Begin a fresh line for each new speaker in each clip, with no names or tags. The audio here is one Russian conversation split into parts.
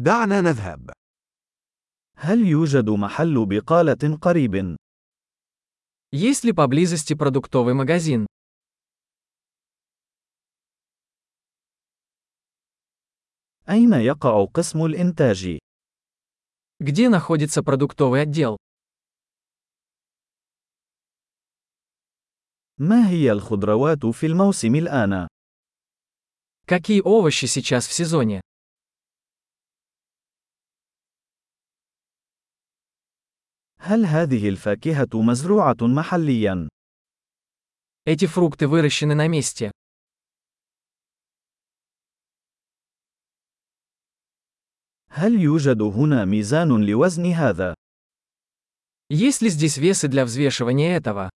دعنا نذهب.
هل يوجد محل بقالة قريب؟
Есть ли поблизости продуктовый магазин?
أين يقع قسم الإنتاج؟
Где находится продуктовый отдел?
ما هي الخضروات في الموسم الآن؟
Какие овощи сейчас в сезоне?
هل هذه الفاكهة مزروعة محلياً؟
Эти фрукты выращены на месте.
هل يوجد هنا ميزان لوزن هذا؟
Есть ли здесь весы для взвешивания этого?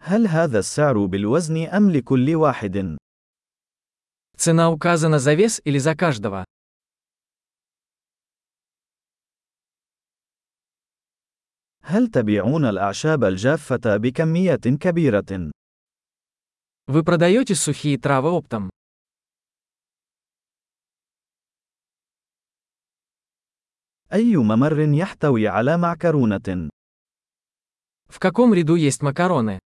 هل هذا السعر بالوزن أم لكل واحد؟
Цена указана за вес или за каждого?
هل تبيعون الأعشاب الجافة بكمية كبيرة؟
Вы продаете сухие травы оптом?
أي ممر يحتوي على معكرونة؟
В каком ряду есть макароны?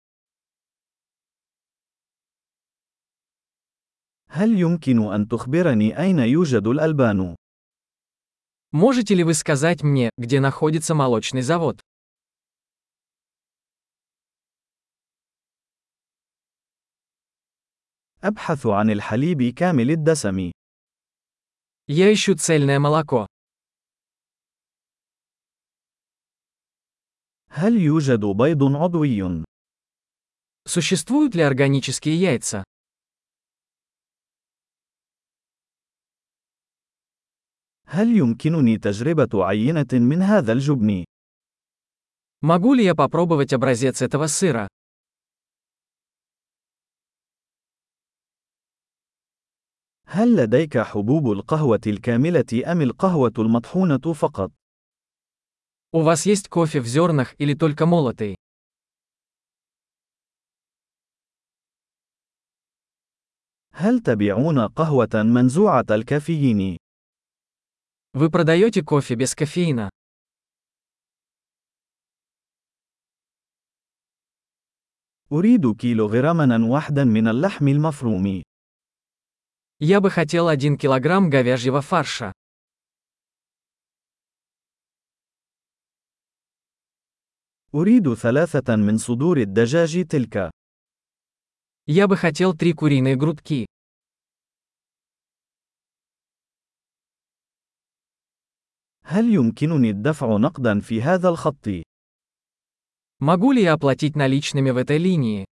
هل يمكن أن تخبرني أين يوجد الألبان؟
Можете ли вы сказать мне, где находится молочный завод?
أبحث عن الحليب كامل الدسم.
Я ищу цельное молоко.
هل يوجد بيض عضوي؟
Существуют ли органические яйца?
هل يمكنني تجربة عينة من هذا الجبن؟
Могу ли я попробовать образец этого сыра?
هل لديك حبوب القهوة الكاملة أم القهوة المطحونة فقط؟
У вас есть кофе в зернах или только молотый?
هل تبيعون قهوة منزوعة الكافيين؟
Вы продаете кофе без кофеина?
أريد كيلوغراما واحدا من اللحم المفروم.
Я бы хотел 1 килограмм говяжьего фарша.
أريد ثلاثة من صدور الدجاج تلك.
Я бы хотел 3 куриные грудки.
هل يمكنني الدفع نقدا في هذا الخط؟
Могу ли я оплатить наличными в этой линии?